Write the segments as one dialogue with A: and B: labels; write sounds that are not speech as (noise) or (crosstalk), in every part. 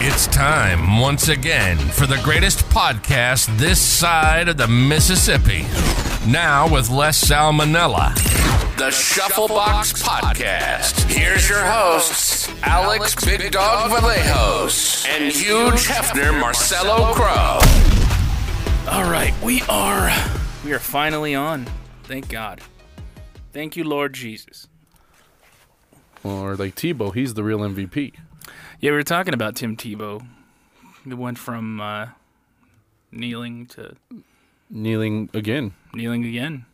A: It's time once again for the greatest podcast this side of the Mississippi. Now with Les Salmonella. The Shufflebox Podcast. Here's your hosts, Alex Big Dog Vallejos and Huge Hefner Marcelo Crow.
B: All right, we are we are finally on. Thank God. Thank you, Lord Jesus.
C: Or like Tebow, he's the real MVP.
B: Yeah, we were talking about Tim Tebow. It went from uh, kneeling to
C: Kneeling again.
B: kneeling again.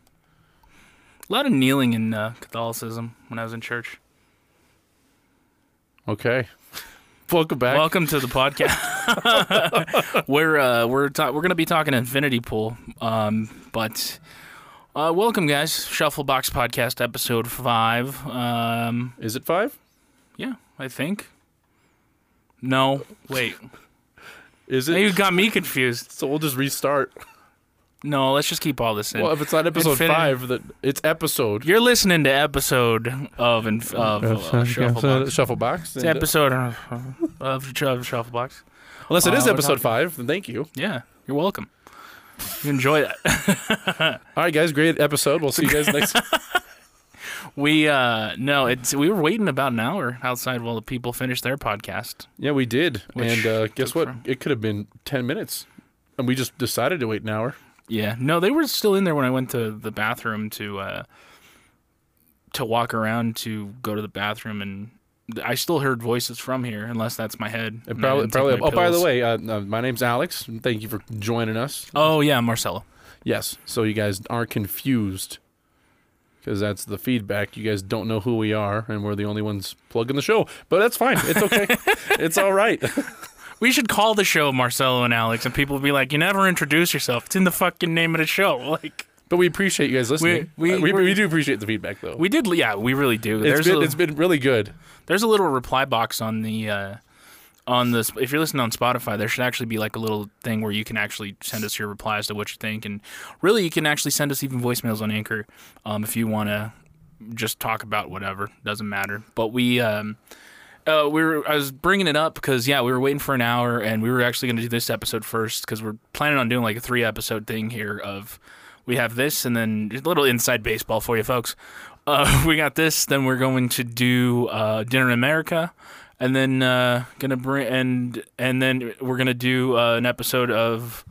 B: A lot of kneeling in uh, Catholicism when I was in church.
C: Okay. (laughs) Welcome back.
B: Welcome to the podcast. (laughs) we're uh, we're ta- we're gonna be talking Infinity Pool, um, but uh, welcome guys, Shufflebox Podcast episode five. Um,
C: Is it five?
B: yeah, I think. No, wait.
C: Is
B: Now
C: it?
B: you got me confused.
C: So we'll just restart.
B: No, let's just keep all this in.
C: Well, if it's not episode
B: Infinity-
C: five, that it's episode.
B: You're listening to episode of inf- of uh, Shufflebox.
C: Shuffle box.
B: It's
C: and, uh,
B: episode of, of, Sh- of Shufflebox.
C: unless it is
B: uh, we're
C: episode
B: talking-
C: five, then thank you.
B: Yeah, you're welcome. You enjoy that. (laughs)
C: All right, guys, great episode. We'll see you guys next.
B: We uh no, it's we were waiting about an hour outside while the people finished their podcast.
C: Yeah, we did.
B: Which
C: and uh, guess
B: took
C: what?
B: from-
C: It could have been ten minutes, and we just decided to wait an hour.
B: Yeah. No, they were still in there when I went to the bathroom to uh to walk around to go to the bathroom and th- I still heard voices from here unless that's my head.
C: It
B: I
C: probably,
B: didn't take
C: probably.
B: my
C: Oh, by the
B: pills.
C: way, uh, uh, my name's Alex. and Thank you for joining us.
B: Oh yeah, Marcelo.
C: Yes. So you guys are confused because that's the feedback. You guys don't know who we are, and we're the only ones plugging the show. But that's fine.
B: (laughs)
C: It's okay. it's all right.
B: We should call the show Marcelo and Alex, and people will be like, "You never introduce yourself. It's in the fucking name of the show." (laughs) Like
C: But we appreciate you guys listening.
B: We- we-
C: Uh, we,
B: we-
C: we do appreciate the feedback, though.
B: we did, yeah, we really do.
C: It's
B: there's
C: been,
B: a,
C: it's been really good.
B: there's a little reply box on the uh, on the if you're listening on Spotify, there should actually be like a little thing where you can actually send us your replies to what you think, and really you can actually send us even voicemails on Anchor um, if you want to just talk about whatever doesn't matter. But we. Um, uh, we were, I was bringing it up because yeah, we were waiting for an hour, and we were actually going to do this episode first because we're planning on doing like a three episode thing here. Of we have this, and then just a little inside baseball for you folks. Uh, (laughs) we got this, then we're going to do uh, Dinner in America, and then uh, gonna bring and and then we're gonna do uh, an episode of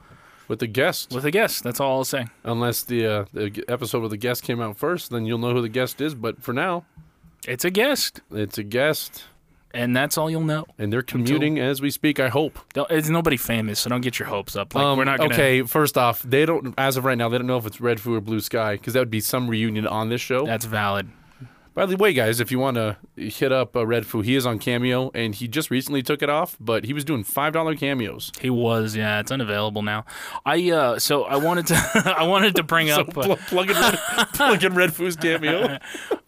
C: With the guest,
B: with a guest. That's all I'll say.
C: unless the, uh, the g- episode with the guest came out first, then you'll know who the guest is. But for now,
B: It's a guest,
C: it's a guest,
B: and that's all you'll know.
C: and they're commuting as we speak. I hope.
B: Don't, it's nobody famous, so don't get your hopes up. Like
C: Um,
B: we're not gonna.
C: okay, first off, they don't as of right now. They don't know if it's Red Foo or Blue Sky because that would be some reunion on this show.
B: That's valid.
C: By the way, guys, if you want to hit up uh, Red Foo, he is on Cameo, and he just recently took it off, but he was doing five dollar cameos.
B: He was, yeah. It's unavailable now. I uh, so I wanted to, (laughs) I wanted to bring
C: (laughs) So
B: up, uh, (laughs)
C: pl- plug, in Red, plug in Red Foo's cameo.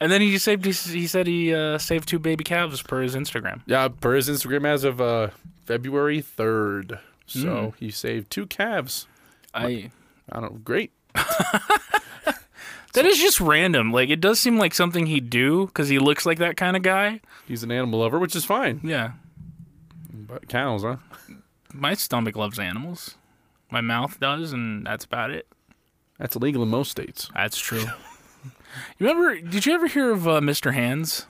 B: and then he saved. He, he said he uh, saved two baby calves per his Instagram.
C: Yeah, per his Instagram as of uh, February third, so
B: Hmm.
C: he saved two calves.
B: I.
C: I don't great.
B: That is just random. Like it does seem like something he'd do because he looks like that kind of guy.
C: He's an animal lover, which is fine.
B: Yeah,
C: But cows, huh?
B: my stomach loves animals. My mouth does, and that's about it.
C: That's illegal in most states.
B: That's true. (laughs) you remember? Did you ever hear of uh, Mr. Hands?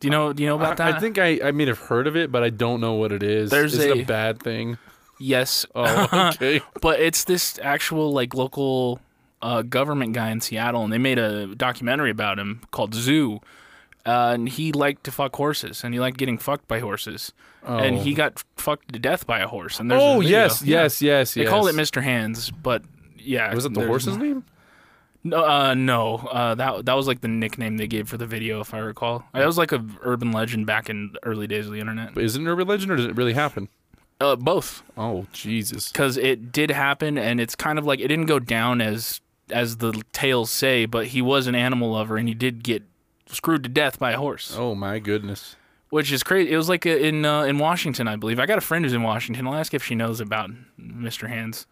B: Do you know? Do you know about
C: I,
B: that?
C: I think I, I may have heard of it, but I don't know what it is.
B: uh, There's
C: is it
B: a-
C: a
B: (laughs)
C: bad thing?
B: yes.
C: Oh, okay.
B: but it's this actual like local uh, government guy in Seattle, and they made a documentary about him called Zoo. Uh, and he liked to fuck horses, and he liked getting fucked by horses, and he got fucked to death by a horse. And there's a
C: oh
B: video.
C: yes,
B: Yeah.
C: yes, yes, yes.
B: They call it Mr. Hands, but yeah,
C: Was it the
B: there's-
C: horse's name?
B: No, uh, no, uh, that that was like the nickname they gave for the video, if I recall. That was like a urban legend back in the early days of the internet.
C: Is it an urban legend or does it really happen?
B: Uh, both.
C: Oh Jesus!
B: because it did happen and it's kind of like it didn't go down as as the tales say but he was an animal lover and he did get screwed to death by a horse
C: Oh my goodness!
B: which is crazy it was like uh, in uh, in washington i believe i got a friend who's in washington i'll ask if she knows about mr hands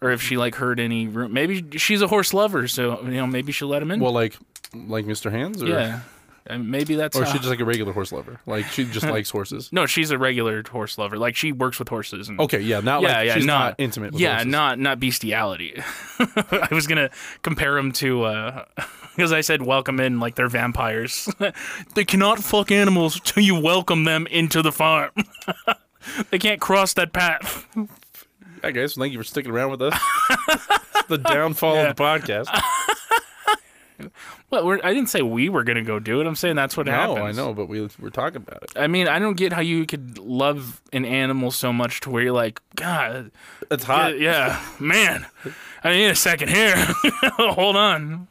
B: or if she like heard any ru- maybe she's a horse lover so you know maybe she'll let him in
C: Well, like, like Mr. Hands, or
B: yeah Uh, And maybe that's
C: Or
B: how-
C: she's just like a regular horse lover. Like she
B: (laughs)
C: just likes horses.
B: no, she's a regular horse lover. Like she works with horses. And,
C: Okay, yeah, not
B: yeah,
C: like
B: yeah,
C: she's
B: not,
C: not intimate. With
B: yeah,
C: horses.
B: not not bestiality. (laughs) I was gonna compare them (laughs) to because I said welcome in like they're vampires. (laughs) they cannot fuck animals till you welcome them into the farm. (laughs) they can't cross that path.
C: Hi guys, thank you for sticking around
B: (laughs)
C: with us. the downfall of the podcast.
B: Well, we're, I didn't say we were gonna go do it. I'm saying that's what
C: No,
B: happens.
C: I know, but we we're talking about it.
B: I mean, I don't get how you could love an animal so much to where you're like, God,
C: It's hot.
B: yeah, man, I need a second
C: (laughs)
B: here. Hold on.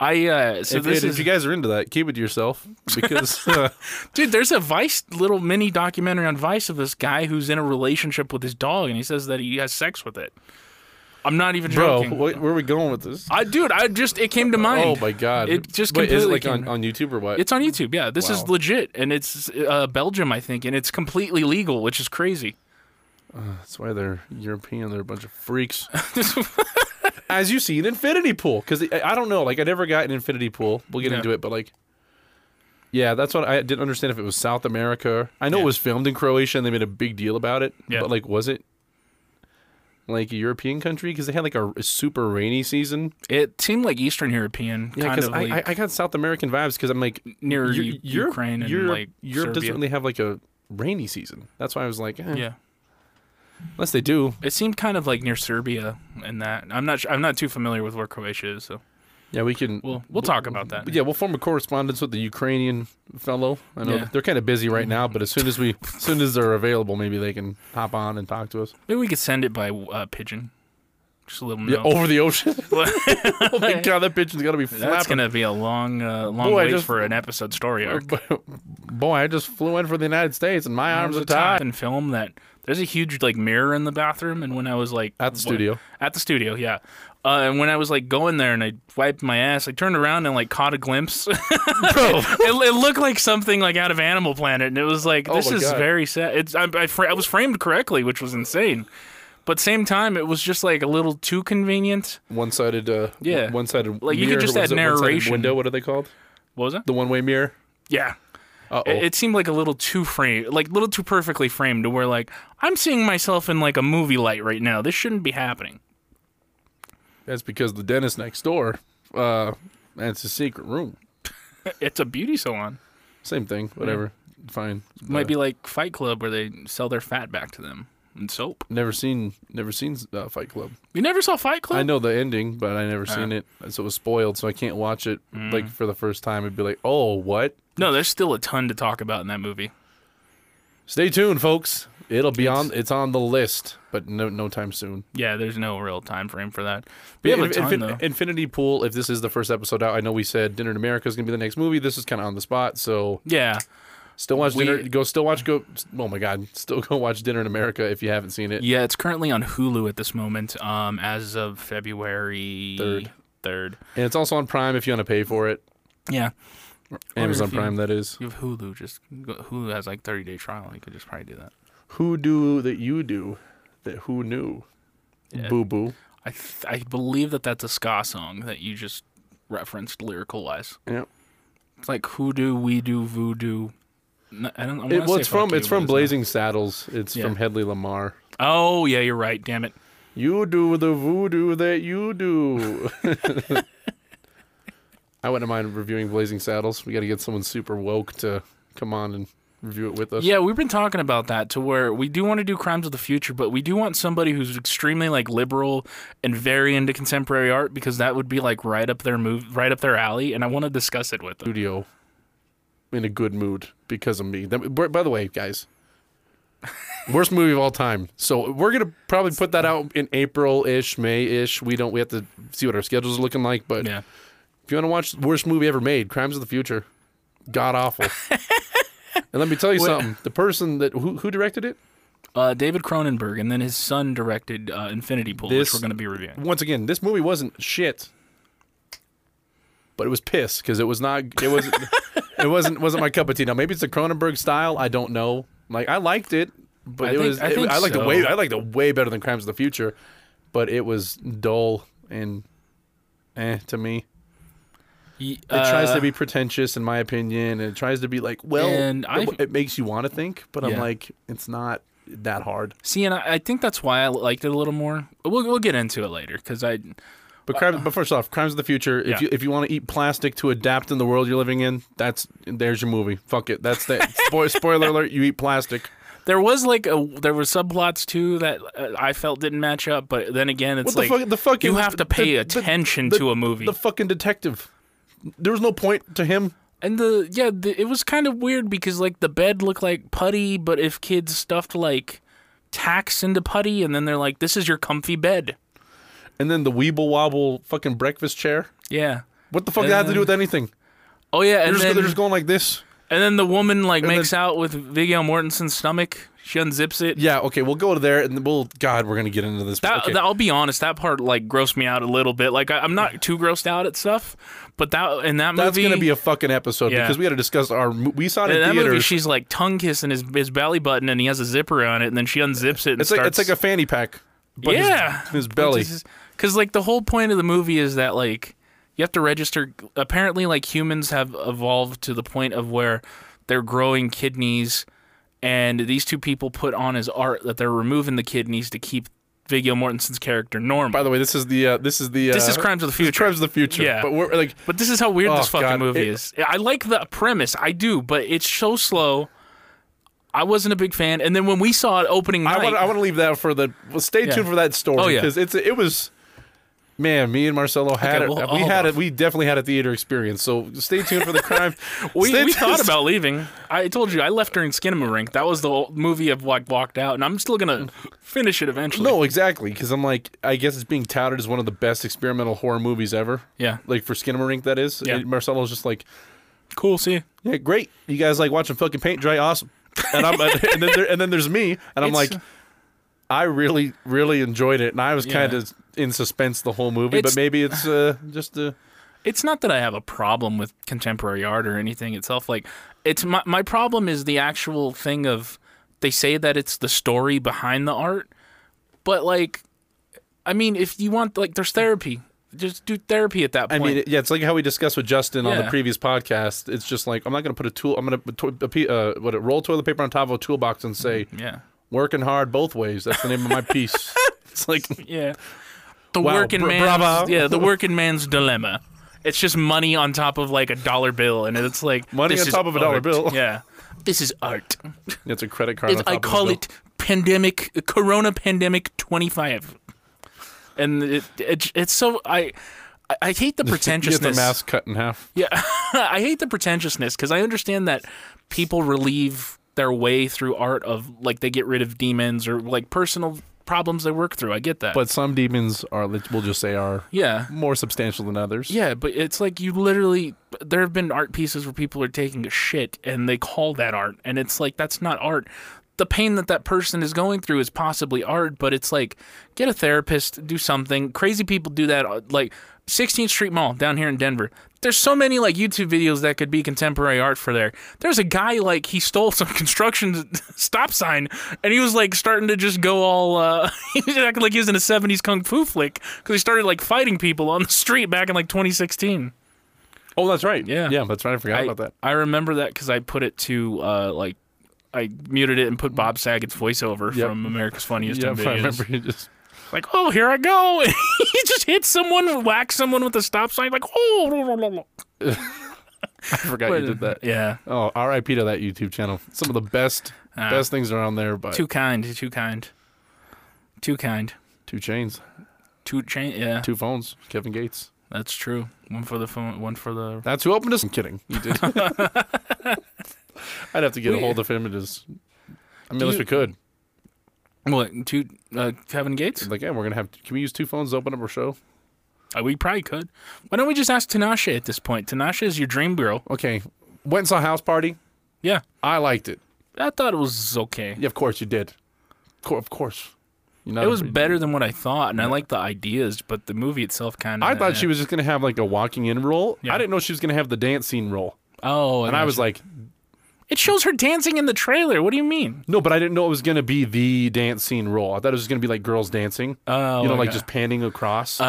B: I uh, so
C: if,
B: this
C: and
B: is
C: if you guys are into that, keep it to yourself
B: (laughs)
C: because uh,
B: Dude, there's a Vice little mini documentary on Vice of this guy who's in a relationship with his dog, and he says that he has sex with it. I'm not even
C: (laughs) bro,
B: joking.
C: what, where are we going with this?
B: I dude, I just it came to mind.
C: Oh my god!
B: It just
C: Wait, is it
B: completely
C: like on,
B: came-
C: on YouTube or what?
B: It's on YouTube. Yeah, this is
C: Wow.
B: legit, and it's uh, Belgium, I think, and it's completely legal, which is crazy. (laughs)
C: That's why they're European. They're a bunch of freaks. As you see an infinity pool, because I I don't know, like I never got an infinity pool. We'll get
B: Yeah.
C: into it, but like, yeah, that's what I didn't understand if it was South America. I know it
B: Yeah.
C: was filmed in Croatia and they made a big deal about it,
B: Yeah.
C: but like, was it like a European country? Because they had like a, a super rainy season.
B: It seemed like Eastern European,
C: Yeah,
B: kind
C: because
B: of
C: I, I,
B: like
C: I got South American vibes because I'm like
B: near
C: Eu-
B: U-
C: Europe-
B: Ukraine and
C: Europe,
B: like
C: Europe
B: Serbia.
C: doesn't really have like a rainy season. That's why I was like, eh,
B: yeah,
C: unless they do,
B: it seemed kind of like near Serbia and that. I'm not. su- I'm not too familiar with where Croatia is, so
C: yeah, we can.
B: we'll we'll talk about that.
C: But yeah, we'll form a correspondence with the Ukrainian fellow. I know
B: Yeah.
C: they're kind of busy right now, but as soon as we, as soon as they're available, maybe they can hop on and talk to us
B: Maybe we could send it by uh, pigeon. Just a little
C: yeah,
B: note.
C: over
B: (laughs)
C: the ocean. (laughs) oh my god, that pigeon's gotta be
B: That's
C: (laughs) flapping.
B: gonna be a long, uh, long
C: Boy, I
B: wait
C: just-
B: for an episode story arc.
C: Boy, I just flew in for the United States, and my arms are tied.
B: and film that there's a huge like mirror in the bathroom, and when I was like
C: At the
B: what-
C: studio.
B: at the studio, yeah. Uh, and when I was like going there and I wiped my ass, I turned around and like caught a glimpse. (laughs) it,
C: Bro,
B: it looked like something like out of Animal Planet, and it was like this
C: Oh my
B: is
C: God.
B: very sad. It's I, I, fra- I was framed correctly, which was insane, but same time it was just like a little too convenient.
C: one-sided. Uh,
B: Yeah.
C: one-sided.
B: Like, you could
C: mirror,
B: just
C: what
B: add
C: is it, one-sided
B: narration.
C: Window. What are they called?
B: What was it?
C: The one-way mirror.
B: Yeah.
C: Uh
B: It, it seemed like a little too framed, like a little too perfectly framed to where like I'm seeing myself in like a movie light right now. This shouldn't be happening.
C: That's because the dentist next door. Uh, it's a secret room.
B: It's a beauty salon.
C: Same thing. Whatever. Fine. Uh,
B: Might be like Fight Club where they sell their fat back to them in soap.
C: Never seen, never seen uh, Fight Club.
B: You never saw Fight
C: I
B: Club?
C: know the ending, but I never seen
B: Uh.
C: it, so it was spoiled. So I can't watch it
B: Mm.
C: like for the first time and be like, "Oh, what?"
B: No, there's still a ton to talk about in that movie.
C: Stay tuned, folks. It'll be on. It's on the list, but no, no time soon.
B: Yeah, there's no real time frame for that.
C: But
B: We
C: yeah,
B: have a
C: Infin-
B: ton
C: Infin-
B: though.
C: Infinity Pool. If this is the first episode out, I know we said Dinner in America is gonna be the next movie. This is kind of on the spot, so
B: yeah,
C: still watch
B: We-
C: Dinner. Go, still watch. Go. Oh my God, still go watch Dinner in America if you haven't seen it.
B: yeah. It's currently on Hulu at this moment. Um, as of February
C: Third.
B: Third.
C: And it's also on Prime if you want to pay for it.
B: Yeah,
C: Amazon
B: if you-
C: Prime, that is.
B: you have Hulu. Just Hulu has like 30 day trial. You could just probably do that.
C: Who do that you do that who knew? Boo boo.
B: I th- I believe that that's a ska song that you just referenced lyrical wise.
C: Yeah.
B: It's like hoodoo, we do voodoo. No, I don't. I
C: It,
B: wanna
C: well,
B: say
C: it's from
B: fuck you,
C: it's
B: but
C: from
B: not.
C: Blazing Saddles. It's
B: Yeah.
C: from Headley Lamar.
B: Oh yeah, you're right. Damn it.
C: You do the voodoo that you do. (laughs) I wouldn't mind reviewing Blazing Saddles. We got to get someone super woke to come on and review it with us.
B: Yeah, we've been talking about that to where we do want to do crimes of the future, but we do want somebody who's extremely like liberal and very into contemporary art because that would be like right up their move, right up their alley, and I want to discuss it with them.
C: Studio in a good mood because of me. That- by by the way, guys, worst movie of all time. So we're gonna probably put that out in April ish, May ish. We don't. We have to see what our schedules are looking like, but.
B: Yeah.
C: If you want to watch the worst movie ever made, Crimes of the Future,
B: (laughs)
C: god awful. and let me tell you something: the person that who, who directed it,
B: Uh, David Cronenberg, and then his son directed uh, Infinity Pool,
C: This-
B: which we're going to be reviewing.
C: once again, this movie wasn't shit, but it was piss because it was not. It was. it wasn't wasn't my cup of tea. Now maybe it's the Cronenberg style. I don't know. Like I liked it, but
B: I
C: it
B: think-
C: was.
B: I
C: it-
B: think
C: liked it
B: so.
C: way. I liked it way better than Crimes of the Future, but it was dull and eh to me.
B: It
C: It tries
B: Uh,
C: to be pretentious, in my opinion, and it tries to be like, well,
B: And I-
C: it, it makes you want to think, but I'm
B: Yeah.
C: like, it's not that hard.
B: See, and I, I think that's why I liked it a little more. We'll we'll get into it later because I
C: But crime, but first off, crimes of the future. If
B: uh, Yeah.
C: you if you want to eat plastic to adapt in the world you're living in, that's there's your movie. Fuck it, that's
B: (laughs)
C: that. Spoil, spoiler alert: you eat plastic.
B: there was like a there were subplots too that uh, I felt didn't match up. But then again, it's
C: What the
B: like
C: fuck? The fucking
B: you have to pay
C: the- the-
B: attention
C: the-
B: to a movie.
C: The fucking detective. There was no point to him.
B: and the yeah, the, it was kind of weird because like the bed looked like putty, but if kids stuffed like tacks into putty, and then they're like, "This is your comfy bed."
C: And then the weeble wobble fucking breakfast chair.
B: Yeah.
C: What the fuck did that have to do with anything?
B: Oh yeah,
C: They're
B: and
C: just,
B: then,
C: they're just going like this.
B: and then the woman like makes
C: then-
B: out with Viggo Mortensen's stomach. She unzips it.
C: Yeah, okay, we'll go to there and we'll. God, we're gonna get into this.
B: That,
C: okay.
B: that- I'll be honest, that part like grossed me out a little bit. Like I, I'm not too grossed out at stuff, but that in that
C: that's
B: movie,
C: gonna be a fucking episode
B: Yeah.
C: because we had to discuss our. mo- We saw it
B: in
C: in
B: that movie,
C: theaters.
B: she's like tongue kissing his his belly button, and he has a zipper on it, and then she unzips it. And
C: it's like it's (laughs) like a fanny pack. But his-
B: yeah,
C: his, belly.
B: Because like the whole point of the movie is that like you have to register. Apparently, like humans have evolved to the point of where they're growing kidneys, and these two people put on as art that they're removing the kidneys to keep Viggo Mortensen's character normal.
C: By the way, this is the uh, this is the uh,
B: This is Crimes of the Future.
C: Crimes of the Future.
B: Yeah.
C: but we're like
B: But this is how weird
C: Oh,
B: this fucking
C: God.
B: movie
C: It-
B: is. I like the premise, I do, but it's so slow. I wasn't a big fan, and then when we saw it opening night,
C: I want I want to leave that for the. Well, stay
B: Yeah.
C: tuned for that story.
B: Oh, yeah.
C: because it's it was. Man, me and Marcelo had
B: Okay,
C: it.
B: well,
C: we
B: hold
C: had
B: on.
C: it. We definitely had a theater experience. So stay tuned for the crime.
B: (laughs) we,
C: stay
B: we
C: tuned-
B: thought about leaving. I told you I left during Skinamarink. That was the whole movie of like walked out, and I'm still gonna
C: (laughs)
B: finish it eventually.
C: No, exactly. Because I'm like, I guess it's being touted as one of the best experimental horror movies ever.
B: Yeah.
C: Like for Skinamarink, that is.
B: Yeah.
C: And Marcelo's just like,
B: cool. See,
C: yeah, great. You guys like watching fucking paint dry? Awesome. And I'm and then there, and then there's me, and I'm
B: It's-
C: like, I really really enjoyed it, and I was
B: Yeah.
C: kind of in suspense the whole movie.
B: It's-
C: but maybe it's uh, just a.
B: it's not that I have a problem with contemporary art or anything itself. Like, it's my my problem is the actual thing of they say that it's the story behind the art, but like, I mean, if you want, like, there's therapy. Just do therapy at that
C: I
B: point.
C: mean, yeah, it's like how we discussed with Justin on the
B: Yeah.
C: previous podcast. It's just like I'm not going to put a tool. I'm going to a, pe- uh, what it roll toilet paper on top of a toolbox and say,
B: yeah,
C: "Working hard both ways." That's the name of my piece. (laughs) It's like
B: yeah. The
C: Wow,
B: working
C: bra-
B: man's (laughs)
C: bravo.
B: yeah,
C: (laughs)
B: the working man's dilemma. It's just money on top of like a dollar bill, and it's like
C: Money
B: this
C: on
B: is
C: top of a dollar
B: art.
C: bill.
B: Yeah, this is art.
C: it's a credit card. on top
B: I
C: of the
B: call
C: bill.
B: it pandemic uh, Corona pandemic twenty five, and it, it it's so I I- I hate the
C: (laughs) You get the
B: pretentiousness.
C: mask cut in half.
B: Yeah, (laughs) I hate the pretentiousness because I understand that people relieve their way through art of like they get rid of demons or like personal problems they work through. I get that,
C: But some demons are, let- we'll just say, are
B: yeah,
C: more substantial than others.
B: Yeah, but it's like you literally. There have been art pieces where people are taking a shit and they call that art, and it's like that's not art. The pain that that person is going through is possibly art, but it's like get a therapist, do something. Crazy people do that. uh, Like 16th Street Mall down here in Denver. There's so many like YouTube videos that could be contemporary art for there. There's a guy like he stole some (laughs) construction stop sign and he was like starting to just go all uh (laughs) he was acting like he was in a 70s kung fu flick cuz he started like fighting people on the street back in like 2016.
C: Oh, that's right.
B: Yeah.
C: Yeah, that's right. I forgot
B: I,
C: about that.
B: I remember that cuz I put it to uh like I muted it and put Bob Saget's voiceover
C: Yep.
B: from America's Funniest
C: Yeah,
B: Home
C: I
B: Videos.
C: remember (laughs) you just.
B: Like, "Oh, here I go." (laughs) he just hit someone, whacked someone with a stop sign like, "Oh." (laughs) blah, blah, blah, blah."
C: I forgot you did that.
B: Yeah.
C: Oh, R.I.P. to that YouTube channel. Some of the best,
B: Ah.
C: best things around there. But
B: Too kind, too kind. Too kind.
C: two chains,
B: Two chain, yeah,
C: two phones. Kevin Gates.
B: that's true. One for the phone, one for the.
C: That's who opened us. I'm kidding.
B: (laughs)
C: You (laughs) did. I'd have to get a hold of him and just. I mean, unless
B: you-
C: we could.
B: What two? Uh, Kevin Gates?
C: Like, yeah, we're gonna have. Can we use two phones to open up our show?
B: Uh, we probably could. Why don't we just ask Tinashe at this point? Tinashe is your dream girl.
C: Okay. Went and saw House Party.
B: Yeah,
C: I liked it.
B: I thought it was okay.
C: Yeah, of course you did. Of cour- Of course. You know,
B: It was better than what I thought, and I like the ideas, but the movie itself eh. kind of.
C: I thought she was just gonna have like a walking in role.
B: Yeah.
C: I didn't know she was gonna have the dance scene role.
B: Oh,
C: And I was like,
B: it shows her dancing in the trailer. What do you mean?
C: no, but I didn't know it was gonna be the dance scene role. I thought it was gonna be like girls dancing.
B: Oh,
C: you know,
B: okay.
C: like
B: Uh,
C: just panning across.
B: Oh,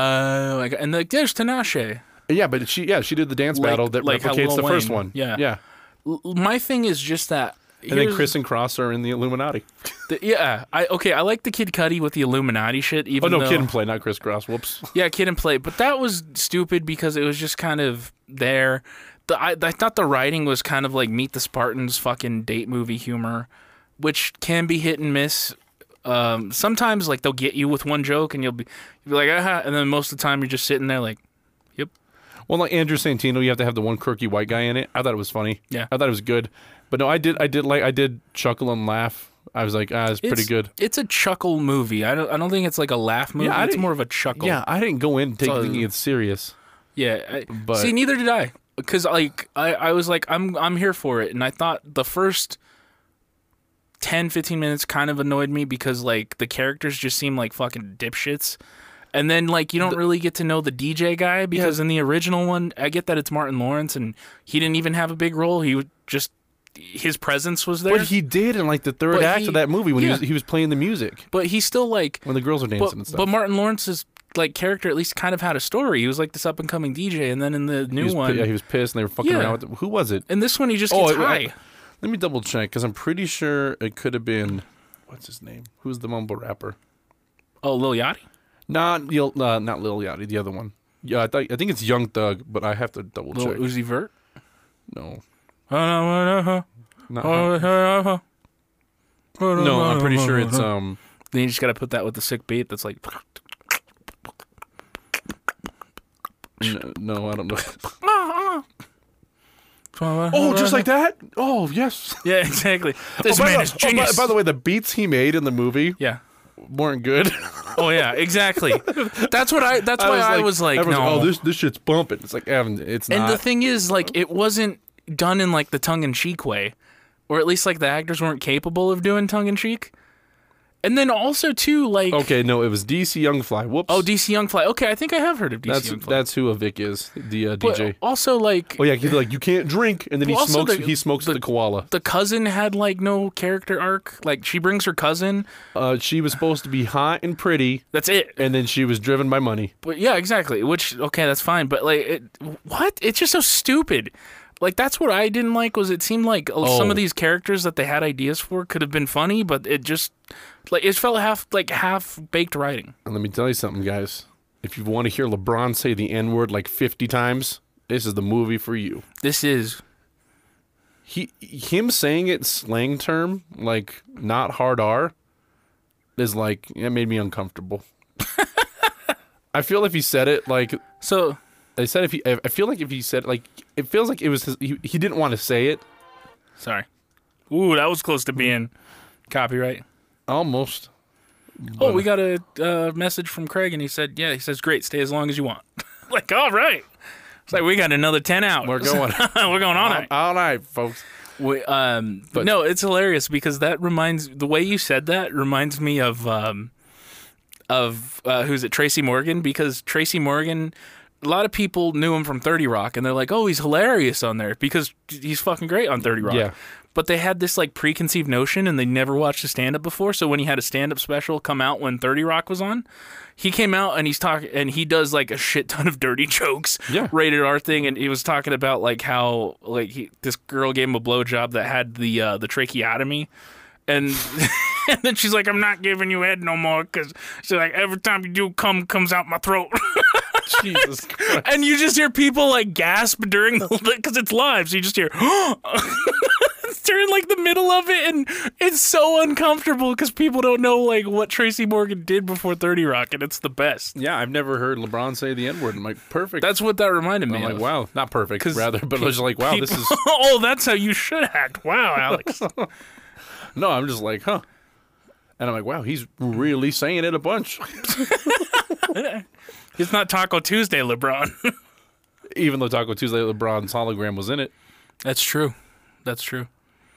B: I got- and like there's Tinashe.
C: Yeah, but she yeah she did the dance
B: Like-
C: battle that
B: like how
C: replicates
B: Lil
C: the first
B: Wayne-
C: one.
B: yeah.
C: yeah.
B: L- My thing is just that.
C: And then
B: here's
C: Chris and Cross are in the Illuminati.
B: the- yeah, I okay. I like the Kid Cudi with the Illuminati shit.
C: Oh
B: Even
C: no,
B: though,
C: Kid and Play, not Chris Cross. Whoops.
B: Yeah, Kid and Play, but that was stupid because it was just kind of there. The I, I thought the writing was kind of like Meet the Spartans fucking date movie humor, which can be hit and miss. Um, sometimes like they'll get you with one joke and you'll be, you'll be like aha, and then most of the time you're just sitting there like, yep,
C: Well, like Andrew Santino, you have to have the one quirky white guy in it. I thought it was funny.
B: Yeah.
C: I thought it was good. But no, I did I did like I did chuckle and laugh. I was like, ah, it's pretty
B: It's-
C: good.
B: It's a chuckle movie. I don't I don't think it's like a laugh movie.
C: I
B: it's
C: didn't-
B: more of a chuckle.
C: Yeah, I didn't go in taking
B: So-
C: it serious.
B: Yeah. I,
C: But-
B: See, neither did I, because like I, I was like I'm I'm here for it, and I thought the first 10, 15 minutes kind of annoyed me because like the characters just seem like fucking dipshits. And then like you don't really get to know the DJ guy because in the original one, I get that it's Martin Lawrence and he didn't even have a big role. He would just his presence was there.
C: But he did in like the third
B: But
C: act
B: he-
C: of that movie when
B: yeah.
C: he was he was playing the music
B: but he still like
C: when the girls are dancing and
B: but,
C: stuff.
B: but Martin Lawrence's like character at least kind of had a story. He was like this up and coming DJ, and then in the
C: he
B: new
C: was, pi-
B: one,
C: yeah, he was pissed and they were fucking
B: Yeah.
C: around with it. Who was it?
B: in this one he just
C: Oh,
B: gets
C: I- I-
B: high.
C: Let me double check because I'm pretty sure it could have been what's his name? Who's the mumble rapper?
B: oh, Lil Yachty.
C: Not Lil, uh, not Lil Yachty, the other one. Yeah, I, th- I think it's Young Thug, but I have to double
B: Lil
C: check.
B: Uzi Vert.
C: no,
B: (laughs) No,
C: not him. no. I'm pretty sure
B: uh,
C: it's um.
B: Then you just gotta put that with the sick beat. That's like (laughs)
C: n- No, I don't know.
B: (laughs)
C: oh, just like that. Oh, yes.
B: yeah, exactly. This
C: oh, by
B: man
C: the-
B: is
C: oh, by-
B: genius.
C: by the way, the beats he made in the movie
B: yeah.
C: weren't good.
B: Oh yeah, exactly. That's what (laughs) I.
C: (laughs)
B: That's why I was like,
C: everyone's
B: no.
C: oh, this this shit's bumping. It's like, Evan, it's
B: and
C: not.
B: the thing is, like, it wasn't done in like the tongue in cheek way, or at least like the actors weren't capable of doing tongue in cheek. And then also too, like,
C: okay, no, it was DC Young Fly. Whoops.
B: oh, DC Young Fly. Okay, I think I have heard of DC
C: that's
B: Young Fly.
C: that's who Avik is, the uh,
B: But
C: DJ.
B: Also, like,
C: Oh yeah, he's like, you can't drink, and then he
B: Well, also
C: smokes.
B: the-
C: he smokes the,
B: the-
C: koala.
B: the cousin had like no character arc. Like, she brings her cousin.
C: Uh, she was supposed to be hot and pretty,
B: That's it.
C: and then she was driven by money.
B: But yeah, exactly. Which okay, that's fine. But like, it, what? It's just so stupid. Like that's what I didn't like was it seemed like some
C: Oh.
B: of these characters that they had ideas for could have been funny, but it just like it felt half like half baked writing.
C: And let me tell you something, guys. If you want to hear LeBron say the N word like 50 times, this is the movie for you.
B: This is
C: He him saying it slang term like not hard R is like it made me
B: (laughs)
C: uncomfortable. I feel if he said it like
B: so
C: I said if he I I feel like if he said like it feels like it was his, he, he didn't want to say it
B: sorry. Mm. Ooh, that was close to being copyright.
C: almost.
B: Oh, we got a uh, message from Craig, and he said, "Yeah, he says, great, stay as long as you want." (laughs) like, all right. It's like we got another ten out.
C: (laughs) We're Uh, going.
B: (laughs) We're going on it.
C: All right, folks.
B: We, um,
C: But-
B: no, it's hilarious because that reminds the way you said that reminds me of um, of uh, who's it? Tracy Morgan because Tracy Morgan. A lot of people knew him from Thirty Rock, and they're like, "Oh, he's hilarious on there because he's fucking great on Thirty Rock."
C: Yeah.
B: But they had this like preconceived notion, and they never watched a stand up before. So when he had a stand up special come out when Thirty Rock was on, he came out and he's talking, and he does like a shit ton of dirty (laughs) jokes,
C: Yeah.
B: rated R thing, and he was talking about like how like he, this girl gave him a blowjob that had the uh, the tracheotomy, and. (laughs) And then she's like, "I'm not giving you head no more," because she's like, "Every time you do, cum comes out my throat." (laughs)
C: (laughs) Jesus Christ.
B: and you just hear people like gasp during the (laughs) because it's live, so you just hear (gasps) during like the middle of it, and it's so uncomfortable because people don't know like what Tracy Morgan did before Thirty Rock, and it's the best.
C: Yeah, I've never heard LeBron say the N word. I'm like, perfect.
B: That's what that reminded me.
C: I'm like,
B: of.
C: wow, not perfect, rather, but I was just like, wow, this is
B: People- (laughs) oh, that's how you should act. Wow, Alex.
C: (laughs) no. I'm just like, huh. And I'm like, wow, he's really saying it a bunch, (laughs)
B: it's not Taco Tuesday, LeBron. (laughs)
C: even though Taco Tuesday LeBron's hologram was in it.
B: that's true. That's true.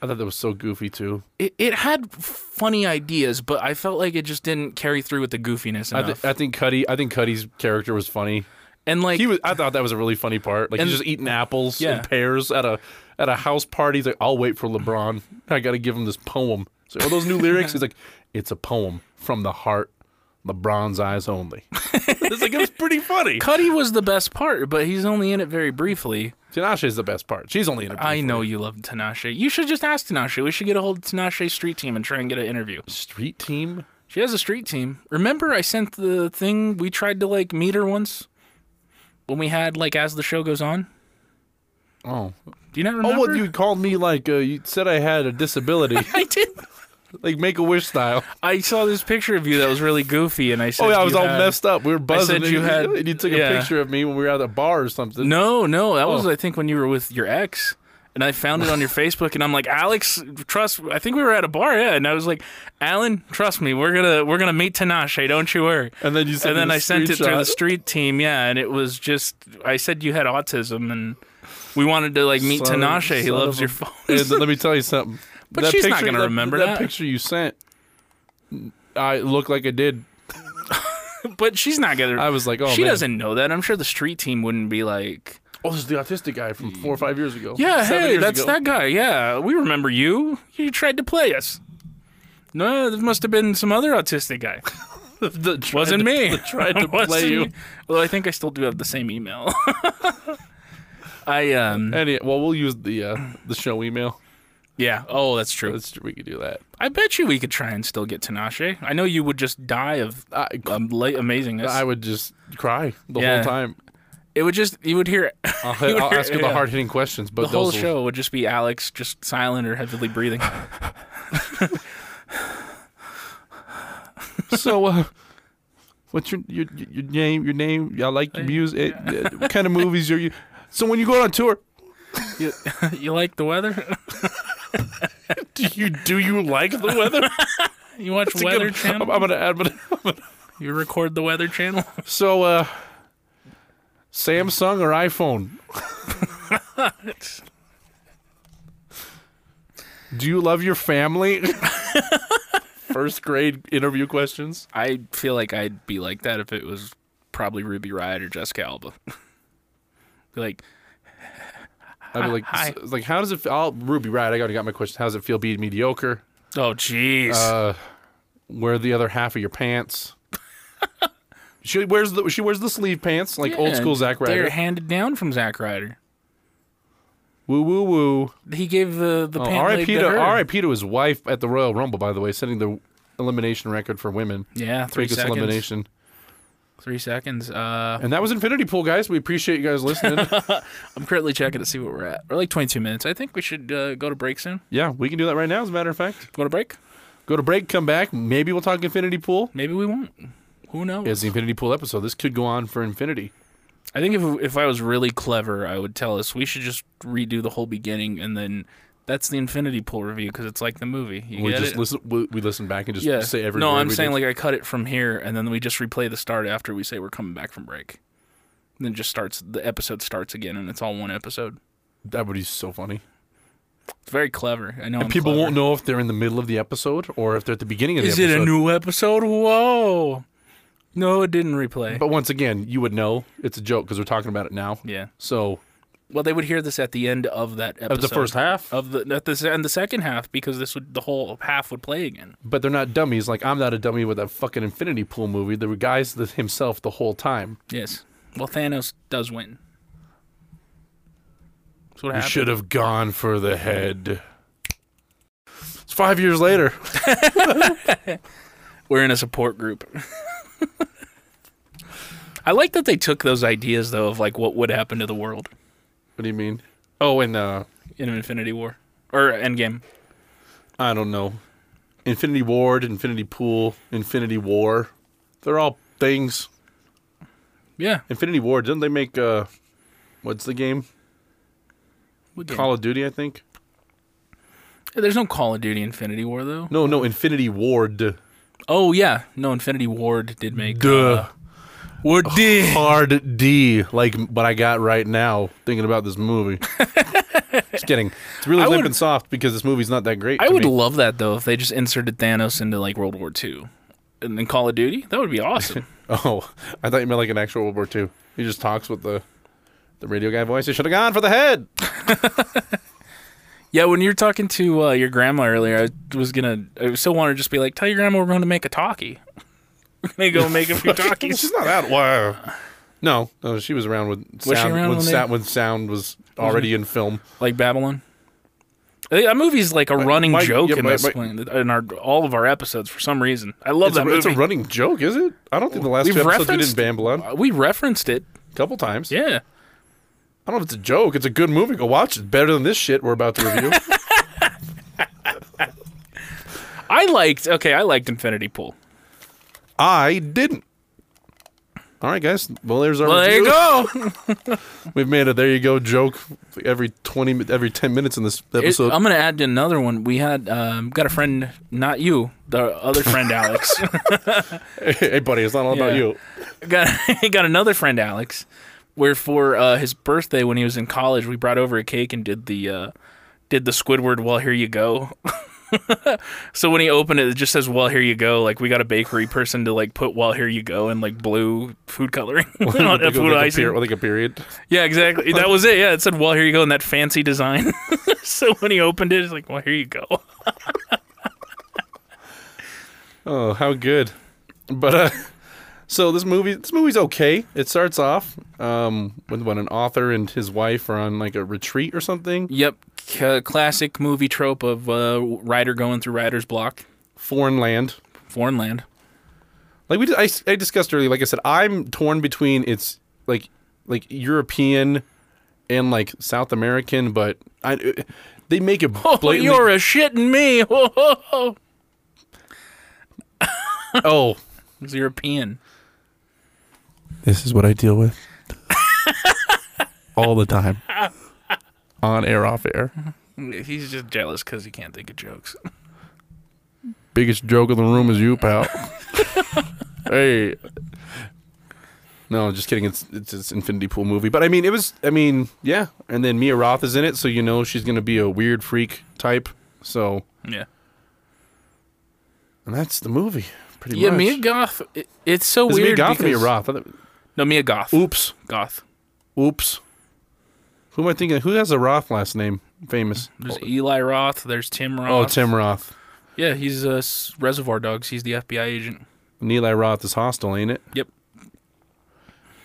C: I thought that was so goofy too.
B: It, it had funny ideas, but I felt like it just didn't carry through with the goofiness
C: I,
B: enough.
C: th- I think Cuddy, I think Cuddy's character was funny.
B: and like
C: He was. I thought that was a really funny part. Like he's
B: And-
C: just eating apples
B: Yeah.
C: and pears at a at a house party. He's like, I'll wait for LeBron. I got to give him this poem. So are those new lyrics? He's like, it's a poem from the heart. LeBron's eyes only. (laughs) it's like it was pretty funny.
B: Cuddy was the best part, but he's only in it very briefly.
C: Tinashe's the best part. She's only in it.
B: I know you love Tinashe. You should just ask Tinashe. We should get a hold of Tinashe's street team and try and get an interview.
C: Street team.
B: She has a street team. Remember, I sent the thing we tried to like meet her once when we had like as the show goes on.
C: Oh,
B: Do you not remember?
C: oh, what you called me like? Uh, you said I had a disability,
B: (laughs) I did.
C: like Make a Wish style.
B: I saw this picture of you that was really goofy, and I said,
C: (laughs) Oh yeah, I was
B: you
C: all
B: had-
C: messed up. We were buzzing.
B: said
C: and
B: you had-
C: (laughs) and you took a
B: yeah.
C: picture of me when we were at a bar or something.
B: No, no, that
C: Oh.
B: was I think when you were with your ex, and I found it
C: (laughs)
B: on your Facebook, and I'm like, Alex, trust. I think we were at a bar, yeah, and I was like, Alan, trust me, we're gonna we're gonna meet Tinashe, don't you worry.
C: And then you sent
B: and
C: me
B: then
C: the
B: I sent it to the
C: screenshot.
B: street team, yeah, and it was just I said you had autism, and we wanted to like meet
C: Son of-
B: Tinashe. He
C: son
B: loves
C: of
B: your
C: a-
B: phone. (laughs)
C: (laughs) And let me tell you something.
B: But she's not gonna remember that.
C: that picture you sent. I looked like I did.
B: (laughs) but she's not gonna.
C: I was like, oh,
B: she
C: man.
B: doesn't know that. I'm sure the street team wouldn't be like,
C: Oh, this is the autistic guy from four or five years ago.
B: yeah,
C: Seven
B: hey,
C: years
B: that's
C: ago.
B: that guy. Yeah, we remember you. You tried to play us. No, there must have been some other autistic guy. (laughs)
C: (laughs) The- tried
B: Wasn't
C: to-
B: (laughs) me.
C: tried to
B: Wasn't
C: play you.
B: me. Well, I think I still do have the same email. (laughs) I um
C: Any, well, we'll use the uh, the show email.
B: yeah. Oh, that's true.
C: Let's, we could do that.
B: I bet you we could try and still get Tinashe. I know you would just die of
C: I,
B: um, la- amazingness.
C: I would just cry the
B: Yeah.
C: whole time.
B: it would just you would hear (laughs)
C: I'll,
B: you would
C: I'll
B: hear-
C: ask her the
B: yeah.
C: hard hitting questions, but
B: The whole
C: those will-
B: show would just be Alex just silent or heavily breathing. (laughs)
C: So, uh, what's your, your your name? Your name? I like your music. Uh, What kind of movies are you? So when you go on tour,
B: you like the weather? (laughs)
C: do you do you
B: (laughs)
C: like the weather?
B: You watch
C: It's
B: (laughs)
C: a
B: Weather
C: good-
B: Channel?
C: I'm, I'm gonna add. I'm gonna-
B: you record the Weather Channel? (laughs)
C: So, uh, Samsung or iPhone? Do you love
B: (laughs)
C: your family? First grade interview questions.
B: I feel like I'd be like that if it was probably Ruby Riot or Jessica Alba. (laughs) Be like,
C: I'd be like,
B: Hi.
C: s- like, how does it? Feel? I'll, Ruby, right? I already got my question. How does it feel being mediocre?
B: oh, jeez.
C: Uh, wear the other half of
B: (laughs)
C: your pants. she wears the she wears the sleeve pants like old
B: Yeah,
C: school Zack
B: They're
C: Ryder.
B: handed down from Zack Ryder.
C: Woo woo woo.
B: He gave the, the
C: Oh,
B: pant leg
C: R.I.P.
B: to
C: to
B: her.
C: R.I.P. to his wife at the Royal Rumble. By the way, setting the elimination record for women.
B: Yeah, three
C: Biggest
B: seconds.
C: elimination.
B: Three seconds. Uh,
C: And that was Infinity Pool, guys. We appreciate you
B: (laughs)
C: guys listening.
B: I'm currently checking to see what we're at. We're like 22 minutes. I think we should uh, go to break soon.
C: yeah, we can do that right now. As a matter of fact,
B: Go to break?
C: go to break, come back. Maybe we'll talk Infinity Pool.
B: Maybe we won't. Who knows?
C: It's the Infinity Pool episode. This could go on for infinity.
B: I think if if I was really clever, I would tell us we should just redo the whole beginning and then that's the Infinity Pool review because it's like the movie. You
C: We
B: get
C: just
B: it?
C: listen. We, we listen back and just
B: yeah.
C: say every.
B: no,
C: word
B: I'm
C: we
B: saying
C: did.
B: like I cut it from here and then we just replay the start after we say we're coming back from break. And then just starts the episode starts again and it's all one episode.
C: that would be so funny.
B: It's very clever. I know.
C: And
B: I'm
C: people
B: clever.
C: won't know if they're in the middle of the episode or if they're at the beginning of the
B: Is
C: episode.
B: it a new episode? Whoa! No, it didn't replay.
C: But once again, you would know it's a joke because we're talking about it now.
B: yeah.
C: So
B: Well, they would hear this at the end of that episode
C: of the first half, uh,
B: of the at the and the second half because this would the whole half would play again.
C: but they're not dummies. Like I'm not a dummy with that fucking Infinity Pool movie. There were guys that himself the whole time.
B: Yes. Well, Thanos does win. That's what
C: You
B: happened.
C: should have gone for the head. It's five years later.
B: We're in a support group. (laughs) I like that they took those ideas though of like what would happen to the world
C: What do you mean? Oh, and uh,
B: in an Infinity War or Endgame.
C: I don't know. Infinity Ward, Infinity Pool, Infinity War. They're all things.
B: Yeah.
C: Infinity Ward. Didn't they make uh, what's the game?
B: What game?
C: Call of Duty, I think.
B: There's no Call of Duty Infinity War though.
C: No, no, Infinity Ward.
B: Oh yeah, no Infinity Ward did make.
C: Duh.
B: Ward did.
C: Hard D, like what I got right now thinking about this (laughs) movie. Just kidding. It's really
B: I
C: limp
B: would-
C: and soft because this movie's not that great.
B: I
C: to
B: would
C: me.
B: love that though if they just inserted Thanos into like World War II and then Call of Duty. That would be
C: (laughs)
B: awesome.
C: Oh, I thought you meant like an actual World War II. He just talks with the the radio guy voice. He should have gone for the head.
B: yeah, when you were talking to uh, your grandma earlier, I was gonna, I still want to just be like, tell your grandma we're going to make a talkie. (laughs) We're gonna go make a
C: (laughs)
B: few talkies.
C: She's not that wow. No, no, she was around when sound,
B: she around
C: when,
B: when they-
C: sound, when sound was already in film.
B: like Babylon. I think That movie's like a running
C: my-
B: joke
C: yeah,
B: in
C: my-
B: this
C: my-
B: plan- in our all of our episodes for some reason. I love
C: It's
B: that
C: a, it's a
B: movie.
C: running joke, is it? I don't think the last
B: We've
C: two episodes we did
B: referenced-
C: Babylon.
B: we referenced it.
C: A couple times.
B: Yeah.
C: I don't know if it's a joke. It's a good movie. Go watch it. It's better than this shit we're about to
B: (laughs)
C: review.
B: I liked okay, I liked Infinity Pool.
C: I didn't. All right, guys. Well, there's our.
B: Well, there you
C: review.
B: go.
C: We've made a there you go joke every twenty mi- every ten minutes in this
B: It- um,
C: episode.
B: I'm gonna add another one. We had um, got a friend, not you, the other friend Alex. (laughs)
C: (laughs) hey, buddy, it's not all about
B: Yeah.
C: you.
B: got (laughs) got another friend Alex, where for uh, his birthday when he was in college, we brought over a cake and did the uh, did the Squidward. Well, here you go. (laughs) so when he opened it, it just says "Well, here you go." Like we got a bakery person to like put "Well, here you go" and like blue food coloring (laughs) on a
C: Like a-
B: food
C: like a
B: icing.
C: peri- like a period.
B: Yeah, exactly. That was it. Yeah, it said, "Well, here you go," in that fancy design. (laughs) so when he opened it, it's like, "Well, here you go."
C: Oh, how good! But uh, (laughs) so this movie, this movie's okay. It starts off um, with when an author and his wife are on like a retreat or something.
B: Yep, c- classic movie trope of uh, rider going through rider's block,
C: Foreign land.
B: foreign land.
C: Like we, did, I, I discussed earlier. Like I said, I'm torn between it's like like European and like South American, but I uh, they make it
B: (laughs) (laughs) Oh,
C: blatantly.
B: you're a shitting me. (laughs) Ho, ho, ho.
C: (laughs) oh,
B: It's European.
C: this is what I deal
B: (laughs)
C: with all the time, on air, off air.
B: He's just jealous because he can't think of jokes. (laughs)
C: biggest joke in the room is
B: (laughs)
C: you, pal. hey. No, just kidding. It's it's this Infinity Pool movie, but I mean, it was. I mean, yeah. And then Mia Roth is in it, so you know she's gonna be a weird freak type. So,
B: Yeah.
C: and that's the movie. Pretty
B: Yeah,
C: much.
B: Mia Goth. It, it's so
C: Is it Mia
B: weird.
C: Goth or Mia
B: because-
C: Roth? I thought-
B: No, Mia Goth.
C: Oops,
B: Goth.
C: oops. Who am I thinking? Who has a Roth last name? Famous.
B: There's Eli Roth. There's Tim Roth.
C: Oh, Tim Roth.
B: Yeah, he's uh, s- Reservoir Dogs. He's the FBI agent.
C: And Eli Roth is hostile, ain't it?
B: Yep.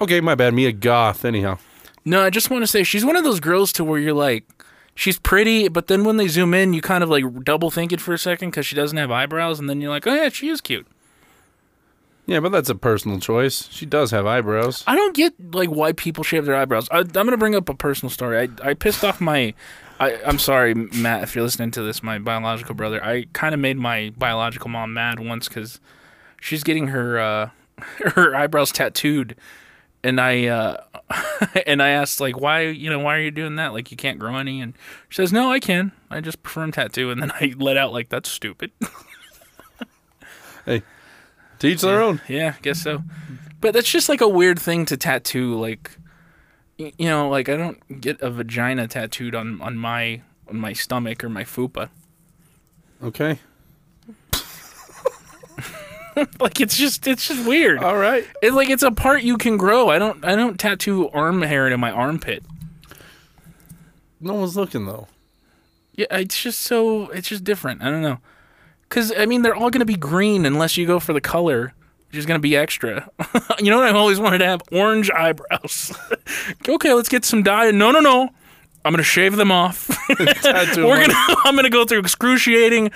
C: Okay, my bad. Mia Goth. Anyhow,
B: No, I just want to say she's one of those girls to where you're like, she's pretty, but then when they zoom in, you kind of like double think it for a second because she doesn't have eyebrows, and then you're like, oh yeah, she is cute.
C: yeah, but that's a personal choice. She does have eyebrows.
B: I don't get like why people shave their eyebrows. I, I'm gonna bring up a personal story. I, I pissed off my, I, I'm sorry, Matt, if you're listening to this, my biological brother. I kind of made my biological mom mad once because she's getting her uh, (laughs) her eyebrows tattooed, and I uh, (laughs) and I asked like why you know why are you doing that? Like you can't grow any, and she says no, I can. I just prefer 'em tattoo, and then I (laughs) let out like that's stupid.
C: Hey, to each their own.
B: Yeah, guess so. But that's just like a weird thing to tattoo. Like, y- you know, like I don't get a vagina tattooed on on my on my stomach or my fupa. (laughs)
C: Okay.
B: Like it's just it's just weird.
C: All right.
B: It's like it's a part you can grow. I don't I don't tattoo arm hair into my armpit.
C: No one's looking (laughs) though.
B: Yeah, it's just so it's just different. I don't know. Cause I mean they're all gonna be green unless you go for the color, which is gonna be extra. (laughs) you know what I've always wanted to have orange eyebrows. (laughs) okay, let's get some dye. No, no, no. I'm gonna shave them off. (laughs)
C: Tattoo
B: We're
C: them.
B: gonna. (laughs) I'm gonna go through excruciating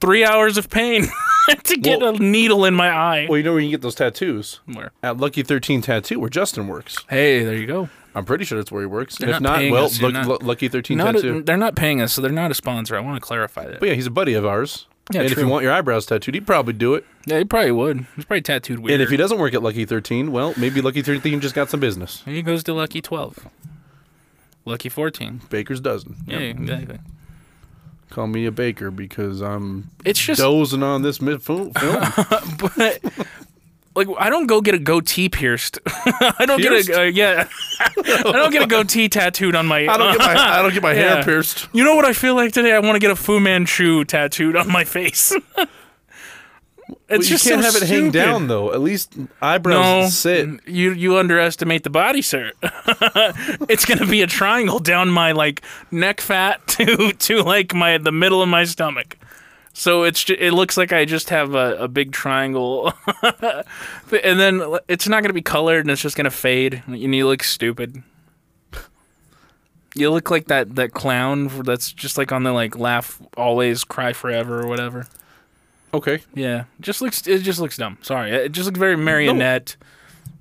B: three hours of pain (laughs) to get
C: Well-
B: a needle in my eye.
C: Well, you know where you can get those tattoos
B: Where?
C: at Lucky Thirteen Tattoo, where Justin works.
B: Hey, there you go.
C: I'm pretty sure that's where he works. And
B: They're
C: if
B: not
C: not,
B: paying
C: well,
B: us,
C: Lu-
B: you're not-
C: Lu- Lucky Thirteen
B: Not
C: Tattoo.
B: a, they're not paying us, so they're not a sponsor. I want to clarify that.
C: but yeah, he's a buddy of ours.
B: Yeah,
C: and if
B: true.
C: you want your eyebrows tattooed, he'd probably do it.
B: Yeah, he probably would. He's probably tattooed weird.
C: And if he doesn't work at Lucky Thirteen, well, maybe Lucky Thirteen just got some business.
B: he goes to Lucky Twelve, Lucky Fourteen.
C: Baker's dozen.
B: Yeah, exactly.
C: Call me a baker because I'm
B: It's just (laughs)
C: dozing on this mid film. film.
B: but like I don't go get a goatee pierced. (laughs) I don't
C: Pierced?
B: get a uh, yeah. (laughs) I don't get a goatee tattooed on my.
C: I don't get my I don't get my
B: Yeah.
C: hair pierced.
B: You know what I feel like today? I want to get a Fu Manchu tattooed on my (laughs) face. it's
C: But you
B: just
C: can't
B: so
C: have it hang
B: stupid.
C: down though. At least eyebrows
B: No,
C: sit.
B: you you underestimate the body, sir. (laughs) it's gonna be a (laughs) triangle down my like neck fat to to like my the middle of my stomach. So it's ju- it looks like I just have a, a big triangle, (laughs) and then it's not gonna be colored, and it's just gonna fade, and you look stupid. You look like that that clown f- that's just like on the like laugh always cry forever or whatever.
C: Okay.
B: Yeah, just looks it just looks dumb. Sorry, it just looks very marionette,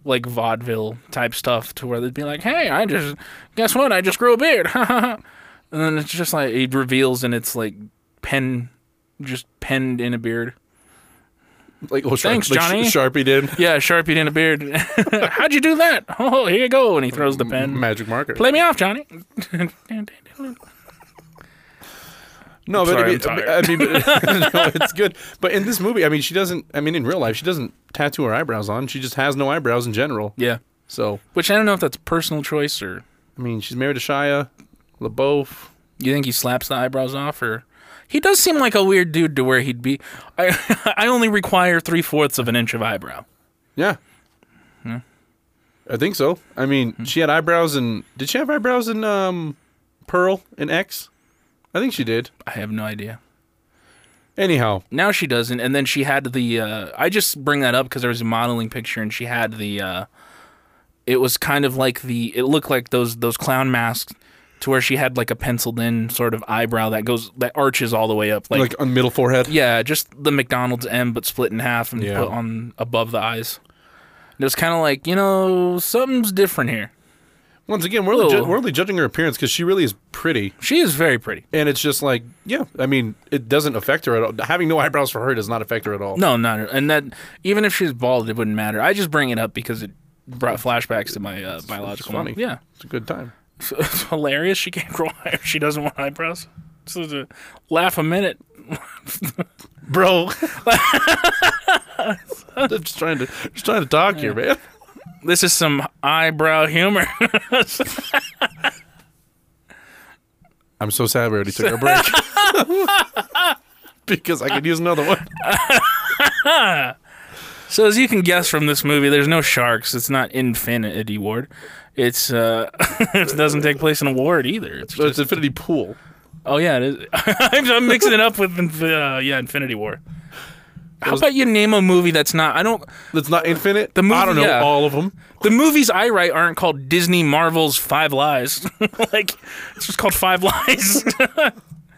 B: like vaudeville type stuff to where they'd be like, "Hey, I just guess what? I just grew a beard," (laughs) and then it's just like it reveals and it's like pen, just penned in a beard.
C: Like oh, Sharp-
B: Thanks,
C: like Sh-
B: Johnny.
C: Sharpie did
B: Yeah, sharpied in a beard. (laughs) How'd you do that? (laughs) Oh, here you go, and he throws the pen.
C: (laughs) magic marker.
B: Play me off, Johnny. (laughs)
C: No, but
B: sorry,
C: I mean,
B: I'm
C: I mean but,
B: (laughs)
C: (laughs) no, it's good. But in this movie, I mean, she doesn't. I mean, in real life, she doesn't tattoo her eyebrows on. She just has no eyebrows in general.
B: yeah,
C: So
B: which I don't know if that's personal choice or
C: I mean, she's married to Shia LaBeouf.
B: You think he slaps the eyebrows off, or he does seem like a weird dude to where he'd be? I I (laughs) only require three fourths of an inch of eyebrow.
C: Yeah.
B: Hmm.
C: I think so. I mean, she had eyebrows and did she have eyebrows in um, Pearl and X? I think she did.
B: I have no idea.
C: Anyhow,
B: Now she doesn't, and then she had the. Uh, I just bring that up because there was a modeling picture, and she had the. Uh, it was kind of like the. It looked like those those clown masks, to where she had like a penciled in sort of eyebrow that goes that arches all the way up, like,
C: like on middle forehead.
B: yeah, just the McDonald's M, but split in half and
C: Yeah.
B: put on above the eyes. And it was kind of like you know something's different here.
C: Once again, we're only, ju-
B: Ooh.
C: we're only judging her appearance because she really is pretty,
B: She is very pretty.
C: and it's just like, yeah. I mean, it doesn't affect her at all. Having no eyebrows for her does not affect her at all.
B: No, not and that even if she's bald, it wouldn't matter. I just bring it up because it brought flashbacks to my uh, biological mom.
C: funny.
B: Yeah, (laughs)
C: It's a good time.
B: it's hilarious. She can't (laughs) grow. hair. She doesn't want eyebrows. So to laugh a minute. (laughs)
C: bro. (laughs) I'm just trying to just trying to talk here, man.
B: This is some eyebrow humor. (laughs)
C: I'm so sad we already took our break (laughs) because I could use another one.
B: so as you can guess from this movie, there's no sharks. It's not Infinity Ward. It's uh, (laughs) it doesn't take place in a ward either. It's (laughs)
C: So
B: just,
C: it's Infinity Pool.
B: oh yeah, it is. (laughs) I'm, I'm mixing it up with uh, yeah Infinity War. How about you name a movie that's not? I don't.
C: That's not infinite.
B: The movie-
C: I don't know
B: yeah.
C: all of them.
B: The movies I write aren't called Disney Marvel's Five Lies. (laughs) like, it's just called Five Lies.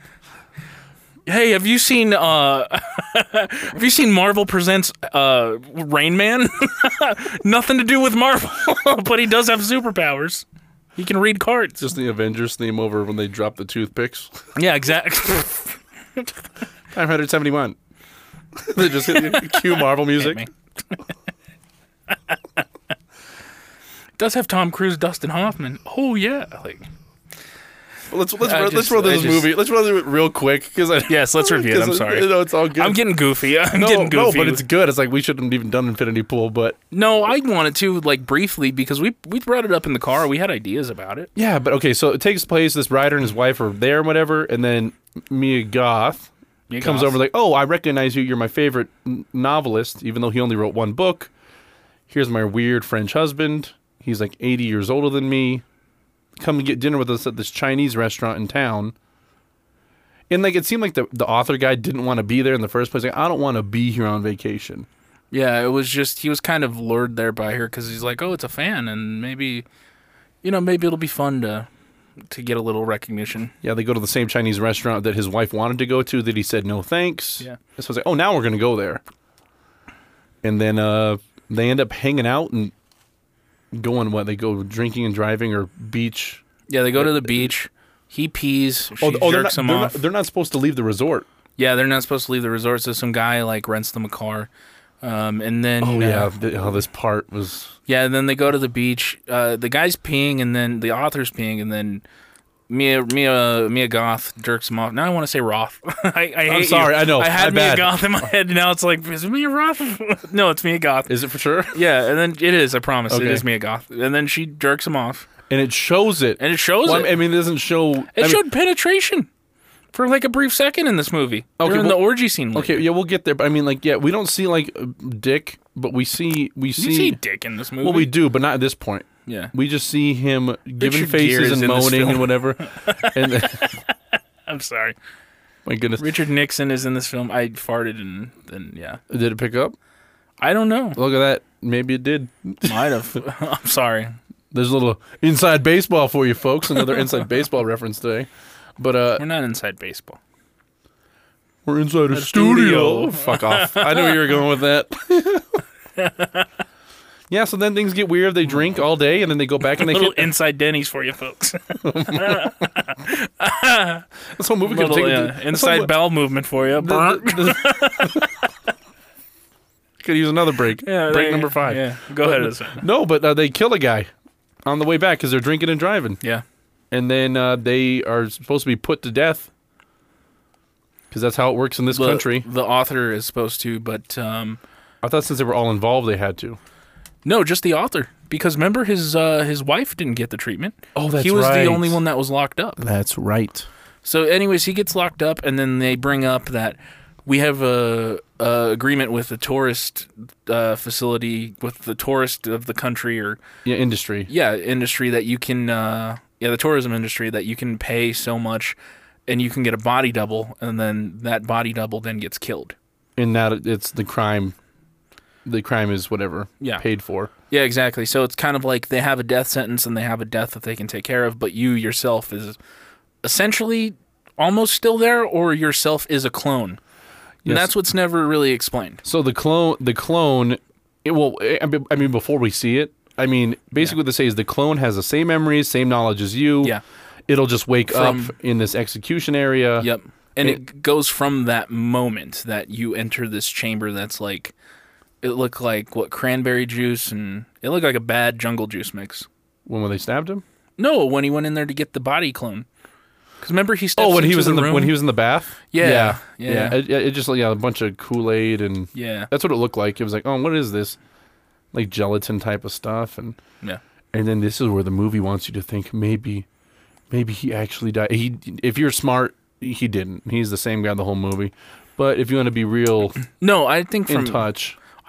B: (laughs) hey, have you seen uh, (laughs) have you seen Marvel presents uh, Rain Man? (laughs) Nothing to do with Marvel, (laughs) but he does have superpowers. He can read cards.
C: Just the Avengers theme over when they drop the toothpicks. (laughs)
B: yeah, exactly.
C: 571. (laughs) they just hit the cue Marvel music.
B: me. (laughs) does have Tom Cruise, Dustin Hoffman. Oh yeah, like
C: Well, let's let's
B: I
C: run, let's
B: just-
C: roll through
B: I
C: this
B: just-
C: movie. Let's roll through it real quick because I
B: yes. Let's review it. I'm
C: (laughs) 'cause,
B: sorry.
C: You know, it's all good.
B: I'm getting
C: (laughs)
B: goofy. I'm
C: no,
B: getting
C: no,
B: goofy.
C: but it's good. It's like we shouldn't have even done Infinity Pool, but
B: No, I wanted to like briefly because we we brought it up in the car. We had ideas about it.
C: Yeah, but okay, so it takes place. This rider and his wife are there, and whatever, and then Mia Goth
B: Mia
C: comes
B: Goth.
C: over like, "Oh, I recognize you. You're my favorite n- novelist, even though he only wrote one book. Here's my weird French husband. He's like 80 years older than me. Come and get dinner with us at this Chinese restaurant in town." And like, it seemed like the the author guy didn't want to be there in the first place. Like, I don't want to be here on vacation.
B: Yeah, it was just he was kind of lured there by her because he's like, oh, it's a fan, and maybe, you know, maybe it'll be fun to to get a little recognition.
C: Yeah, they go to the same Chinese restaurant that his wife wanted to go to that he said no thanks.
B: Yeah.
C: So I was like, oh, now we're going to go there. And then uh, they end up hanging out and going, what? They go drinking and driving or beach.
B: Yeah, they go to the beach. He pees. She
C: oh, they're, not,
B: jerks
C: they're,
B: him
C: not,
B: off.
C: they're not supposed to leave the resort.
B: yeah, they're not supposed to leave the resort, so some guy like rents them a car. Um, and then
C: Oh,
B: uh,
C: yeah. th- oh, this part was.
B: Yeah, and then they go to the beach. Uh, the guy's peeing, and then the author's peeing, and then Mia Mia Mia Goth jerks him off. Now I want to say Roth. (laughs) I, I hate you.
C: sorry, I know,
B: I had
C: my
B: Mia
C: bad.
B: Goth in my head. Now it's like is it Mia Roth? (laughs) no, it's Mia Goth.
C: Is it for sure? (laughs)
B: yeah, and then it is. I promise,
C: Okay.
B: it is Mia Goth. And then she jerks him off,
C: And it shows it.
B: and it shows
C: Well,
B: it.
C: I mean, it doesn't show. I
B: it
C: mean-
B: showed penetration for like a brief second in this movie
C: Okay,
B: during
C: well-
B: the orgy scene. later.
C: okay, yeah, we'll get there. But I mean, like, yeah, we don't see, like, a dick, but we see. We
B: you see dick in this movie.
C: Well, we do, but not at this point.
B: yeah,
C: We just see him giving
B: Richard Gere
C: faces
B: is (laughs)
C: and
B: in this
C: moaning
B: film.
C: and whatever. And
B: I'm sorry.
C: (laughs) My goodness.
B: Richard Nixon is in this film. I farted and then yeah.
C: Did it pick up?
B: I don't know.
C: Look at that. Maybe it did.
B: Might have. (laughs) I'm sorry.
C: There's a little inside baseball for you folks.
B: (laughs)
C: Another inside baseball reference today. But uh,
B: We're not inside baseball.
C: We're inside a,
B: studio.
C: studio. Fuck off. I knew you were going with that.
B: (laughs)
C: yeah, so then things get weird. They drink all day and then they go back and they
B: Little
C: hit.
B: inside Denny's for you (laughs) folks.
C: This whole movie could
B: Little
C: take.
B: yeah, inside bowel movement for you.
C: (laughs) the- (laughs) could use another break.
B: (laughs) Yeah,
C: break
B: they-
C: number five.
B: Yeah, go ahead. Isaac.
C: No, but uh, they kill a guy on the way back because they're drinking and driving.
B: Yeah,
C: And then uh, they are supposed to be put to death because that's how it works in this
B: the,
C: country.
B: The author is supposed to, but um,
C: I thought since they were all involved, they had to.
B: no, just the author. Because remember, his uh, his wife didn't get the treatment.
C: Oh, that's
B: he was
C: right.
B: the only one that was locked up.
C: That's right.
B: So, anyways, he gets locked up, and then they bring up that we have a, a agreement with the tourist uh, facility, with the tourist of the country, or
C: Yeah, industry.
B: yeah, industry that you can, uh, yeah, the tourism industry that you can pay so much, and you can get a body double, and then that body double then gets killed.
C: in that it's the crime the crime is whatever
B: Yeah.
C: paid for
B: Yeah, exactly. So it's kind of like they have a death sentence and they have a death that they can take care of, but you yourself is essentially almost still there, or yourself is a clone.
C: Yes.
B: And that's what's never really explained.
C: so the clone the clone it will I mean- i mean before we see it i mean basically what they say is the clone has the same memories same knowledge as you
B: Yeah.
C: it'll just wake
B: From-
C: up in this execution area
B: Yep. And it, goes from that moment that you enter this chamber that's like it looked like what cranberry juice and it looked like a bad jungle juice mix.
C: when when they stabbed him
B: No, when he went in there to get the body clone. Cuz remember he steps
C: oh when he
B: into
C: was in the
B: room?
C: when he was in the bath
B: Yeah,
C: yeah
B: yeah.
C: It, it just like yeah, a bunch of kool-aid and
B: Yeah.
C: that's what it looked like it was like oh what is this like gelatin type of stuff and
B: Yeah.
C: and then this is where the movie wants you to think maybe maybe he actually died he if you're smart he didn't he's the same guy the whole movie but if you want to be
B: (clears throat)
C: real
B: No, I think
C: in
B: from
C: touch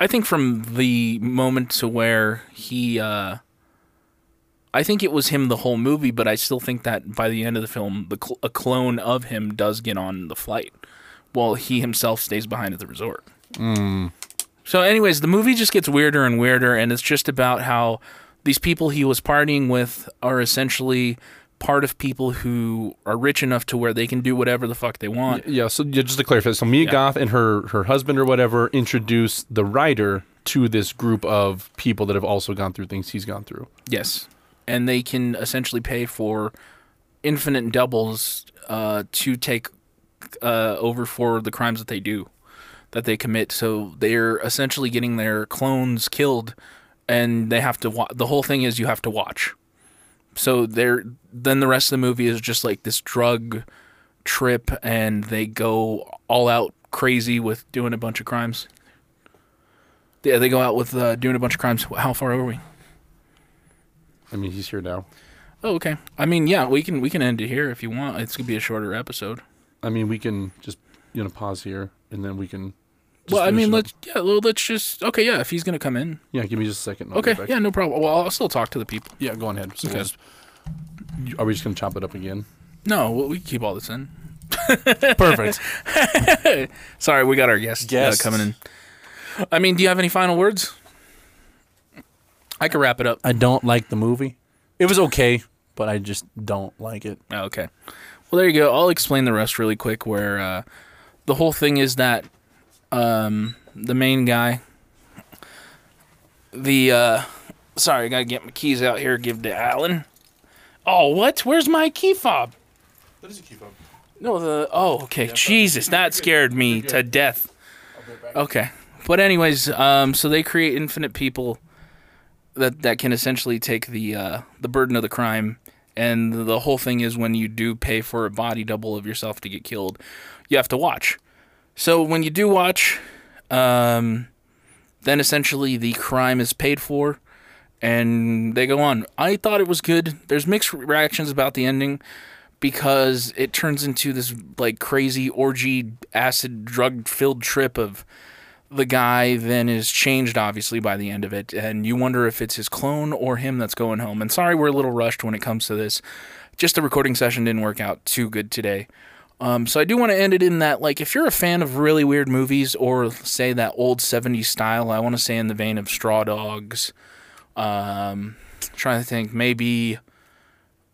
B: I think from the moment to where he, uh, I think it was him the whole movie, but I still think that by the end of the film, the cl- a clone of him does get on the flight, while he himself stays behind at the resort. So, anyways, the movie just gets weirder and weirder, and it's just about how these people he was partying with are essentially part of people who are rich enough to where they can do whatever the fuck they want.
C: yeah so yeah, just to clarify so mia goth and her her husband or whatever introduce the writer to this group of people that have also gone through things he's gone through
B: Yes, and they can essentially pay for infinite doubles uh, to take uh, over for the crimes that they do, that they commit. So they're essentially getting their clones killed, and they have to. Wa- the whole thing is you have to watch. So they're then the rest of the movie is just like this drug trip, and they go all out crazy with doing a bunch of crimes. Yeah, they go out with uh, doing a bunch of crimes. How far are we?
C: i mean he's here now
B: Oh, okay. I mean, yeah, we can we can end it here if you want. It's gonna be a shorter episode.
C: i mean we can just you know pause here and then we can just
B: well, I
C: finish
B: mean,
C: it up.
B: let's yeah, well, let's just okay. Yeah, if he's gonna come in,
C: yeah give me just a second and I'll
B: okay,
C: get back.
B: yeah, no problem. Well, I'll still talk to the people.
C: yeah go on ahead So we'll
B: Okay.
C: just- are we just gonna chop it up again
B: No, well, we can keep all
D: (laughs)
B: this in.
C: perfect
B: (laughs) Sorry, we got our guest uh,
C: Guests.
B: coming in. I mean, do you have any final words? I could wrap it up.
D: I don't like the movie. It was okay, but I just don't like it.
B: Oh, okay. Well, there you go. I'll explain the rest really quick. Where uh, the whole thing is that um, the main guy, the uh, sorry, I gotta get my keys out here. Give to Alan. Oh, what? Where's my key fob? That is a key fob. No, the oh, okay. Jesus, that scared me to death. Okay, but anyways, um, so they create infinite people that that can essentially take the uh, the burden of the crime. And the whole thing is when you do pay for a body double of yourself to get killed, you have to watch. So when you do watch, um, then essentially the crime is paid for, and they go on. I thought it was good. There's mixed reactions about the ending because it turns into this like crazy orgy, acid, drug filled trip of the guy then is changed obviously by the end of it and you wonder if it's his clone or him that's going home and sorry we're a little rushed when it comes to this just the recording session didn't work out too good today Um, so I do want to end it in that, like, if you're a fan of really weird movies or say that old '70s style, I want to say in the vein of Straw Dogs. Um, trying to think, maybe.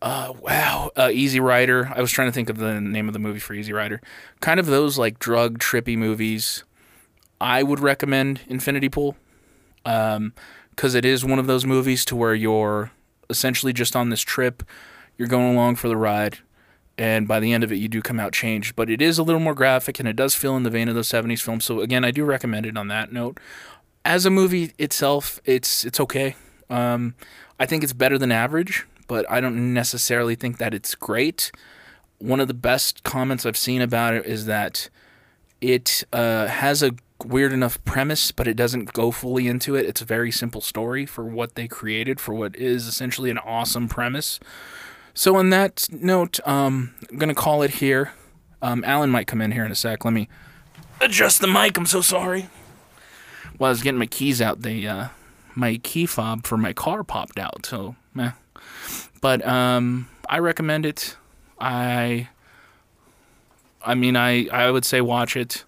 B: Uh, wow, uh, Easy Rider. I was trying to think of the name of the movie for Easy Rider. Kind of those like drug trippy movies. I would recommend Infinity Pool because it is one of those movies to where you're essentially just on this trip, you're going along for the ride, and by the end of it, you do come out changed. But it is a little more graphic, and it does feel in the vein of those '70s films. So again, I do recommend it on that note. As a movie itself, it's it's okay. Um, I think it's better than average, but I don't necessarily think that it's great. One of the best comments I've seen about it is that it uh, has a weird enough premise, but it doesn't go fully into it. It's a very simple story for what they created, for what is essentially an awesome premise. So, on that note, um, I'm going to call it here. Um, Alan might come in here in a sec. Let me adjust the mic. I'm so sorry. While I was getting my keys out, they uh, my key fob for my car popped out. So, meh. But um, I recommend it. I, I mean, I, I would say watch it.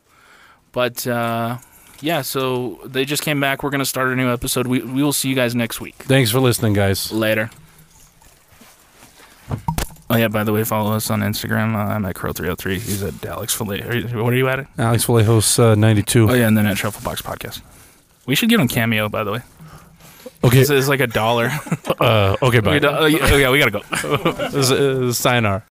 B: But uh, yeah, so they just came back. We're gonna start a new episode. We we will see you guys next week.
C: Thanks for listening, guys.
B: Later. Oh yeah, by the way, follow us on Instagram. Uh, I'm at Crow303. He's at Alex Fillet. Are you- What are you at?
C: Alex Vallejos, uh, 92.
B: Oh yeah, and then at Shufflebox Podcast. We should get on Cameo, by the way.
C: Okay,
B: This (laughs) is like a dollar.
C: uh, okay,
B: oh, We
C: bye.
B: don't- oh, yeah, we gotta go.
C: uh, Sign our.